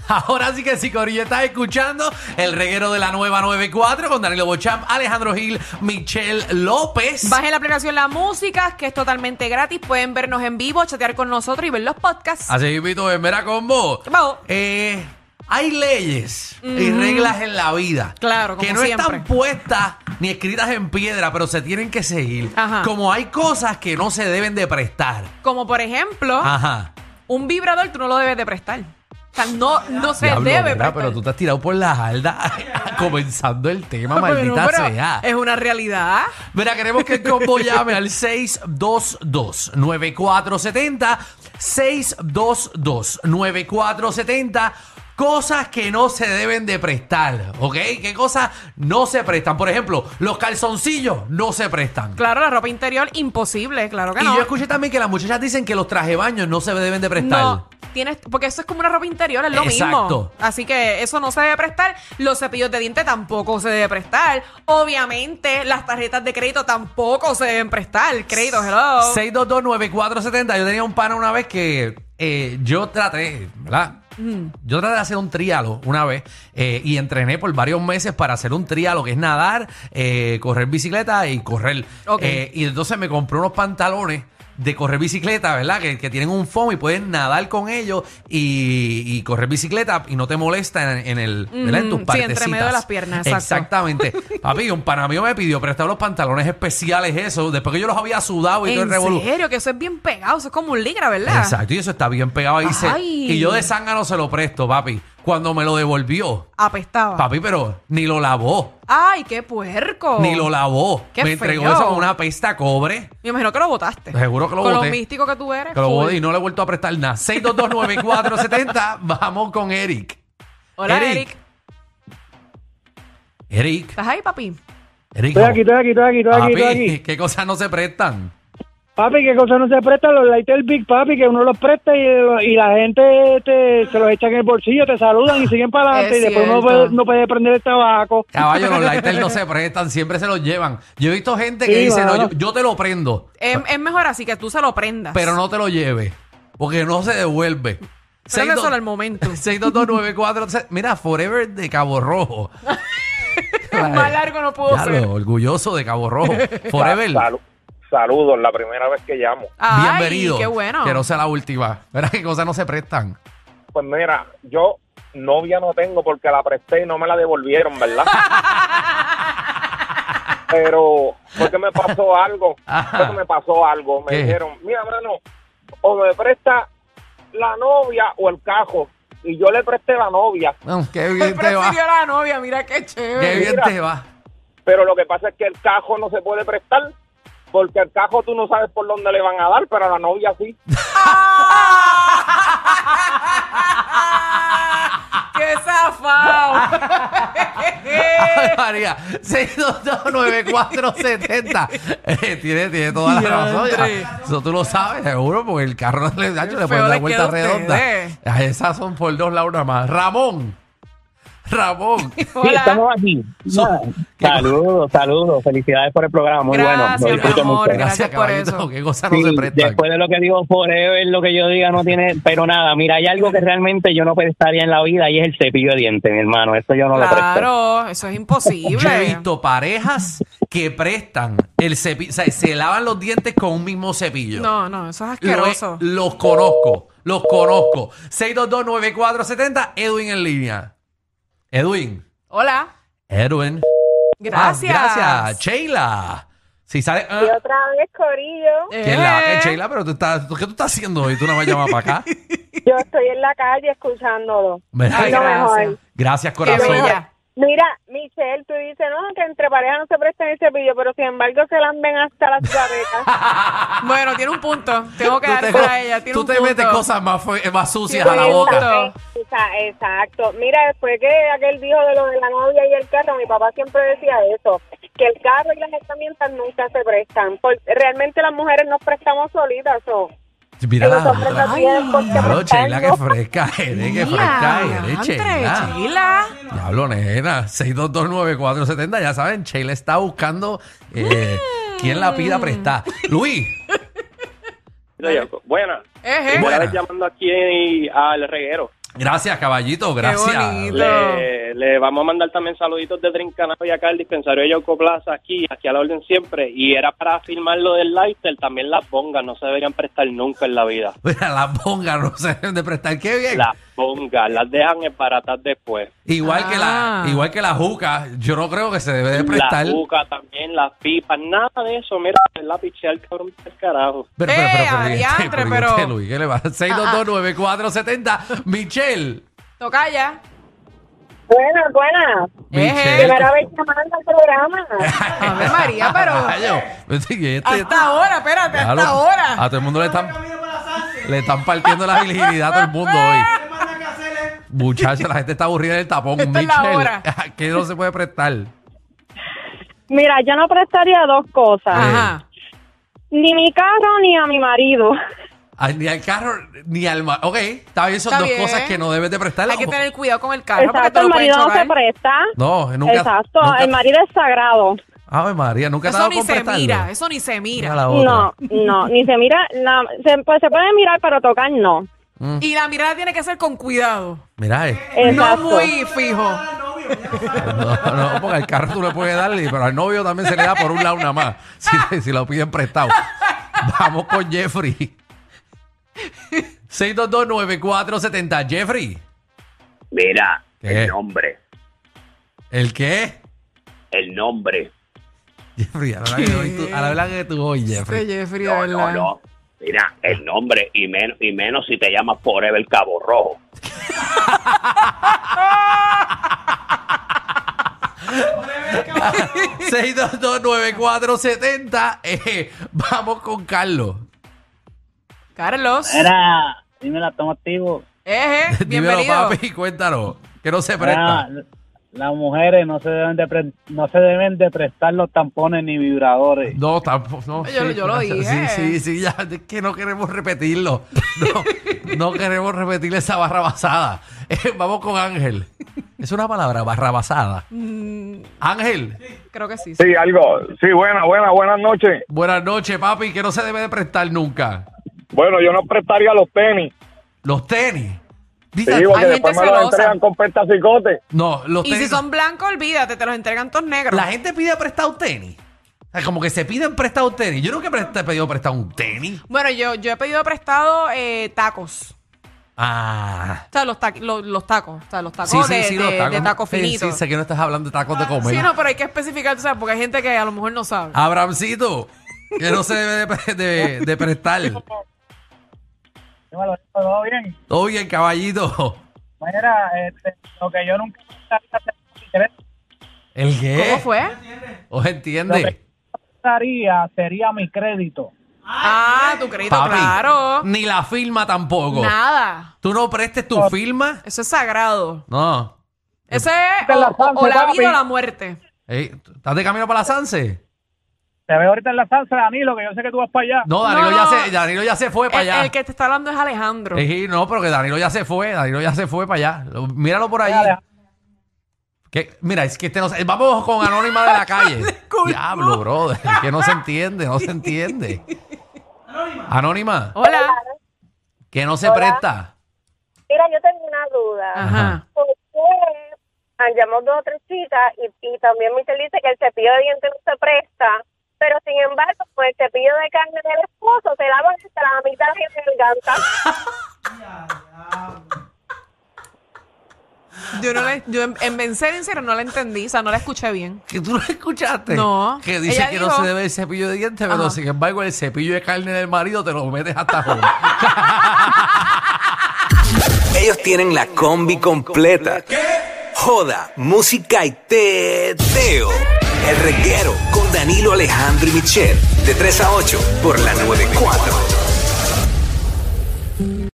Ahora sí que sí, Corillo, estás escuchando el reguero de la nueva 94 con Danilo Bochamp, Alejandro Gil, Michelle López. Bajen la aplicación La Música, que es totalmente gratis. Pueden vernos en vivo, chatear con nosotros y ver los podcasts. Así que invito en Mera Combo. Vamos. Mm. Eh, hay leyes y reglas en la vida. Claro, como Que no siempre. están puestas ni escritas en piedra, pero se tienen que seguir. Ajá. Como hay cosas que no se deben de prestar. Como por ejemplo, Ajá. un vibrador tú no lo debes de prestar. O sea, no, no se Diablo, debe ¿verdad? prestar. pero tú te has tirado por la alda comenzando el tema, Pero, maldita pero, sea. Es una realidad. Mira, queremos que el combo llame al 622-9470. 622-9470. Cosas que no se deben de prestar, ¿ok? ¿Qué cosas no se prestan? Por ejemplo, los calzoncillos no se prestan. Claro, la ropa interior, imposible, claro que Y no. yo escuché también que las muchachas dicen que los traje baños no se deben de prestar. No, tienes, porque eso es como una ropa interior, es lo Exacto. mismo. Así que eso no se debe prestar. Los cepillos de diente tampoco se debe prestar. Obviamente, las tarjetas de crédito tampoco se deben prestar. Crédito, hello. 6229470. Yo tenía un pana una vez que eh, yo traté, ¿verdad? Mm. Yo traté de hacer un trialo una vez eh, y entrené por varios meses para hacer un trialo que es nadar, eh, correr bicicleta y correr. Ok. Eh, y entonces me compré unos pantalones de correr bicicleta, ¿verdad? Que, que tienen un foam y pueden nadar con ellos y, y correr bicicleta y no te molesta en, en el, ¿verdad? En tus Mm, sí, partecitas. entre medio de las piernas, exacto. Exactamente. Papi, un pana mío me pidió prestar los pantalones especiales eso, después que yo los había sudado y todo el En revolú. serio, que eso es bien pegado, eso es como un ligra, ¿verdad? Exacto, y eso está bien pegado ahí. se- Ay. y yo de zángano se lo presto, papi. Cuando me lo devolvió, Apestaba. papi, pero ni lo lavó, Ay, qué puerco. ni lo lavó. Oh. Qué me entregó feo. eso con una pesta a cobre. Me imagino que lo botaste. Seguro que lo Con boté. lo místico que tú eres. Que lo full. boté y no le he vuelto a prestar nada. 6229470, vamos con Eric. Hola, Eric. Eric. Eric, ¿Estás ahí, papi? Eric. Estoy aquí, estoy aquí, estoy aquí, estoy aquí, estoy Papi, aquí. ¿qué cosas no se prestan? Papi, que cosa no se presta, los lighter big, papi, que uno los presta y, y la gente te- se los echa en el bolsillo, te saludan y siguen para adelante Es y después uno cierto. puede, no puede prender el tabaco. Caballo, los lighters no se prestan, siempre se los llevan. Yo he visto gente que Sí, dice, no, mano. yo, yo te lo prendo, Es, es mejor así que tú se lo prendas. pero no te lo lleves, porque no se devuelve. Prende Seis do- solo al momento. 6229470. Mira, Forever de Cabo Rojo. Más largo no pudo Ya ser. lo, orgulloso de Cabo Rojo. Forever. Salu- saludos, la primera vez que llamo. Ay, Bienvenido. qué bueno. Que no sea la última. Verás que cosas no se prestan. Pues mira, yo novia no tengo porque la presté y no me la devolvieron, ¿verdad? Pero fue que me pasó algo, fue Ajá. que me pasó algo. Me ¿Qué? dijeron, mira, mano, o me presta la novia o el cajo. Y yo le presté la novia. No, qué Me bien te va. Pues prefirió la novia, mira qué Qué chévere. bien Mira. te va. Pero lo que pasa es que el cajo no se puede prestar porque el cajo tú no sabes por dónde le van a dar, pero a la novia sí. ¡Ah! ¡Qué zafado! Ay, María, 6229470. Eh, tiene, tiene toda la razón. Diantre. ya. Eso tú lo sabes, seguro, porque el carro le, da- le pone feo la le vuelta queda a redonda. ustedes. Ah, Esas son por dos la una más. Ramón. Ramón. Hola. aquí. So- saludos, saludos, felicidades por el programa, muy Gracias, bueno. mi disfruto amor, mucho. gracias. por caballito, eso. Qué cosas no Sí, se prestan. después de lo que digo Forever, lo que yo diga no tiene, pero nada, mira, hay algo que realmente yo no prestaría en la vida y es el cepillo de dientes, mi hermano, eso yo no lo presto. Claro, eso es Yo he imposible. visto parejas que prestan el cepillo, o sea, se lavan los dientes con un mismo cepillo. No, no, eso es Lo he- asqueroso. los conozco, los conozco. 6229470, Edwin en línea. Edwin. Hola. Edwin. Gracias. Ah, gracias, Sheila. Si sale. ah, Y otra vez, Corillo. Eh, que la- que Sheila, pero tú estás, ¿qué tú estás haciendo hoy? Tú no vas a llamar para acá. Yo estoy en la calle escuchándolo. Mira, Ay, Lo gracias. mejor. Gracias, Qué corazón. bella. Mira, Michelle, tú dices, no, que entre parejas no se prestan el cepillo, pero sin embargo se las ven hasta las gavetas. Bueno, tiene un punto. Tengo que Tú te, dar para ella. Tiene tú un te punto. metes cosas más, fue- más sucias Sí, a la sí, boca. Claro. Esa- Exacto. Mira, después que aquel dijo de lo de la novia y el carro, mi papá siempre decía eso, que el carro y las herramientas nunca se prestan. Porque realmente las mujeres nos prestamos solitas. o Mira la Nosotros otra. no tienen por qué Claro, Sheila, qué prestarnos. fresca eres, qué fresca eres, Diantre, Sheila. Sheila. Diablo, nena, 6229470, ya saben, Sheila está buscando eh, quién la pida prestar. Luis, Buena. Eje. Buena. Eh, llamando aquí al reguero. Gracias, caballito, gracias. bonito. Le, le vamos a mandar también saluditos de Drink Cannabis acá al dispensario de Yauco Plaza, aquí, aquí a la orden siempre. Y era para afirmar lo del lifestyle, también las bongas no se deberían prestar nunca en la vida. Mira, las bongas no se deben de prestar, qué bien. Las bongas, las dejan embaratar después. Igual, que la, Ah. igual que la juca, yo no creo que se debe de prestar. La juca también, las pipas, nada de eso. Mira, la pichar, cabrón, el carajo. Pero, Eh, ¿qué- adiantre, qué- pero- qué, Luis, ¿qué le va? 6229470. Michelle. Toca ya. Buenas, buenas. Eh, Michelle. Primera vez llamando al programa. Ave María, pero- Ah, Rayo. Este- Hasta ahora, espérate, Claro, Ah, hasta ahora. A todo el mundo le están, le están partiendo la virginidad a todo el mundo hoy. Muchacha, la gente está aburrida del tapón. Esta es la hora. Michelle, que no se puede prestar. Mira, yo no prestaría dos cosas. Ajá. eh, Ni mi carro ni a mi marido. Ay, Ah, Ni al carro, ni al... ma- Ok, está bien, son Está dos bien. cosas que no debes de prestar. Hay que tener cuidado con el carro Ah, porque te Exacto, el lo pueden marido no se chocar. ¿eh? presta. No, nunca... Exacto, eh. nunca- el marido es sagrado. Ave María, nunca te ha Eso dado ni con se prestarlo. mira, eso ni se Mira mira. la otra. No, no, ni se mira, la- se, pues se puede mirar pero tocar no. Y la mirada tiene que ser con cuidado. Mira, eh. Exacto. No muy fijo. No, no, porque al carro tú le puedes darle, pero al novio también se le da por un lado nada más, si, le- si lo piden prestado. Vamos con Jeffrey. 6229470. Jeffrey, Mira, ¿Qué? el nombre, ¿el qué? el nombre. Jeffrey, a la verdad que hoy tú, a la verdad que tú hoy, Este Jeffrey. Jeffrey, de No, no, verdad. no. Mira, el nombre y menos y menos si te llamas Forever Cabo Rojo. cuatro Eh, vamos con Carlos. Carlos. Era, dime la toma activo. Eje, Dímelo, bienvenido. papi, cuéntanos. Que no se Era, Ah, presta. Ah, las mujeres no se deben de pre- no se deben de prestar los tampones ni vibradores. No, tampoco. No, Yo- yo lo dije. Sí, sí, sí, ya. Es que no queremos repetirlo. No, no queremos repetir esa barra basada. Eh, vamos con Ángel. Es una palabra, barra basada. Ángel, Mm, Creo que sí. sí. Sí, algo. Sí, buena, buena, buenas noches. buenas noches, papi, que no se debe de prestar nunca. Bueno, yo no prestaría los tenis. Los tenis. Sí, Dita- porque gente después me los celosa. entregan con pestacicote. no, los Y tenis. si son blancos, olvídate, te los entregan todos negros. La gente pide prestado tenis. O sea, como que se piden prestado tenis. Yo nunca he presta- he pedido prestado un tenis. Bueno, yo, yo he pedido prestado eh, tacos. Ah. O sea, los, ta- lo- los tacos. O sea, los tacos, Sí, sí, de, sí, de- los tacos. de taco Sí, finito. Sí, sé que no estás hablando de tacos de comer. Sí, no, pero hay que especificar, tú sabes, porque hay gente que a lo mejor no sabe. Ah, Abramcito, que no se debe de, de- de prestar. Dímelo, ¿todo bien? Oye, caballito. Mira, este, lo que yo nunca prestaría- ¿El qué? ¿Cómo fue? ¿Os entiende? prestaría sería mi crédito. Ah, tu crédito, Papi, Mm, claro. Ni la firma tampoco. Nada. ¿Tú no prestes tu firma? Eso es sagrado. No. Ese es Te o, la o- o pongo, la papi. vida o la muerte. Ey, ¿Estás de camino para la Sanse? Te veo ahorita en la salsa, Danilo, que yo sé que tú vas para allá. No, Danilo, No. Ya, se, Danilo ya se fue para El, allá. el que te está hablando es Alejandro. Ey, no, pero que Danilo ya se fue. Danilo ya se fue para allá. Lo- Míralo por allí. Dale. Que- Mira, es que este no se- Vamos con Anónima de la calle. Diablo, brother. Que no se entiende, no se entiende. Anónima. Hola. Que no se presta. Mira, yo tengo una duda. Ajá. porque andamos dos o tres chicas y, y también Michelle dice que el cepillo de dientes no se presta, pero sin embargo, pues el cepillo de carne del esposo se lava hasta la mitad de la garganta. Yo no le, yo en, en en serio, en serio, no la entendí, o sea, no la escuché bien. Que tú no escuchaste. No. Que dice Ella que no dijo- se debe el cepillo de dientes, pero Ajá. sin embargo, el cepillo de carne del marido te lo metes hasta joven. Ellos tienen la combi completa. Joda, música y teo. El reguero con Danilo Alejandro y Michel. De 3 a 8 por la 94.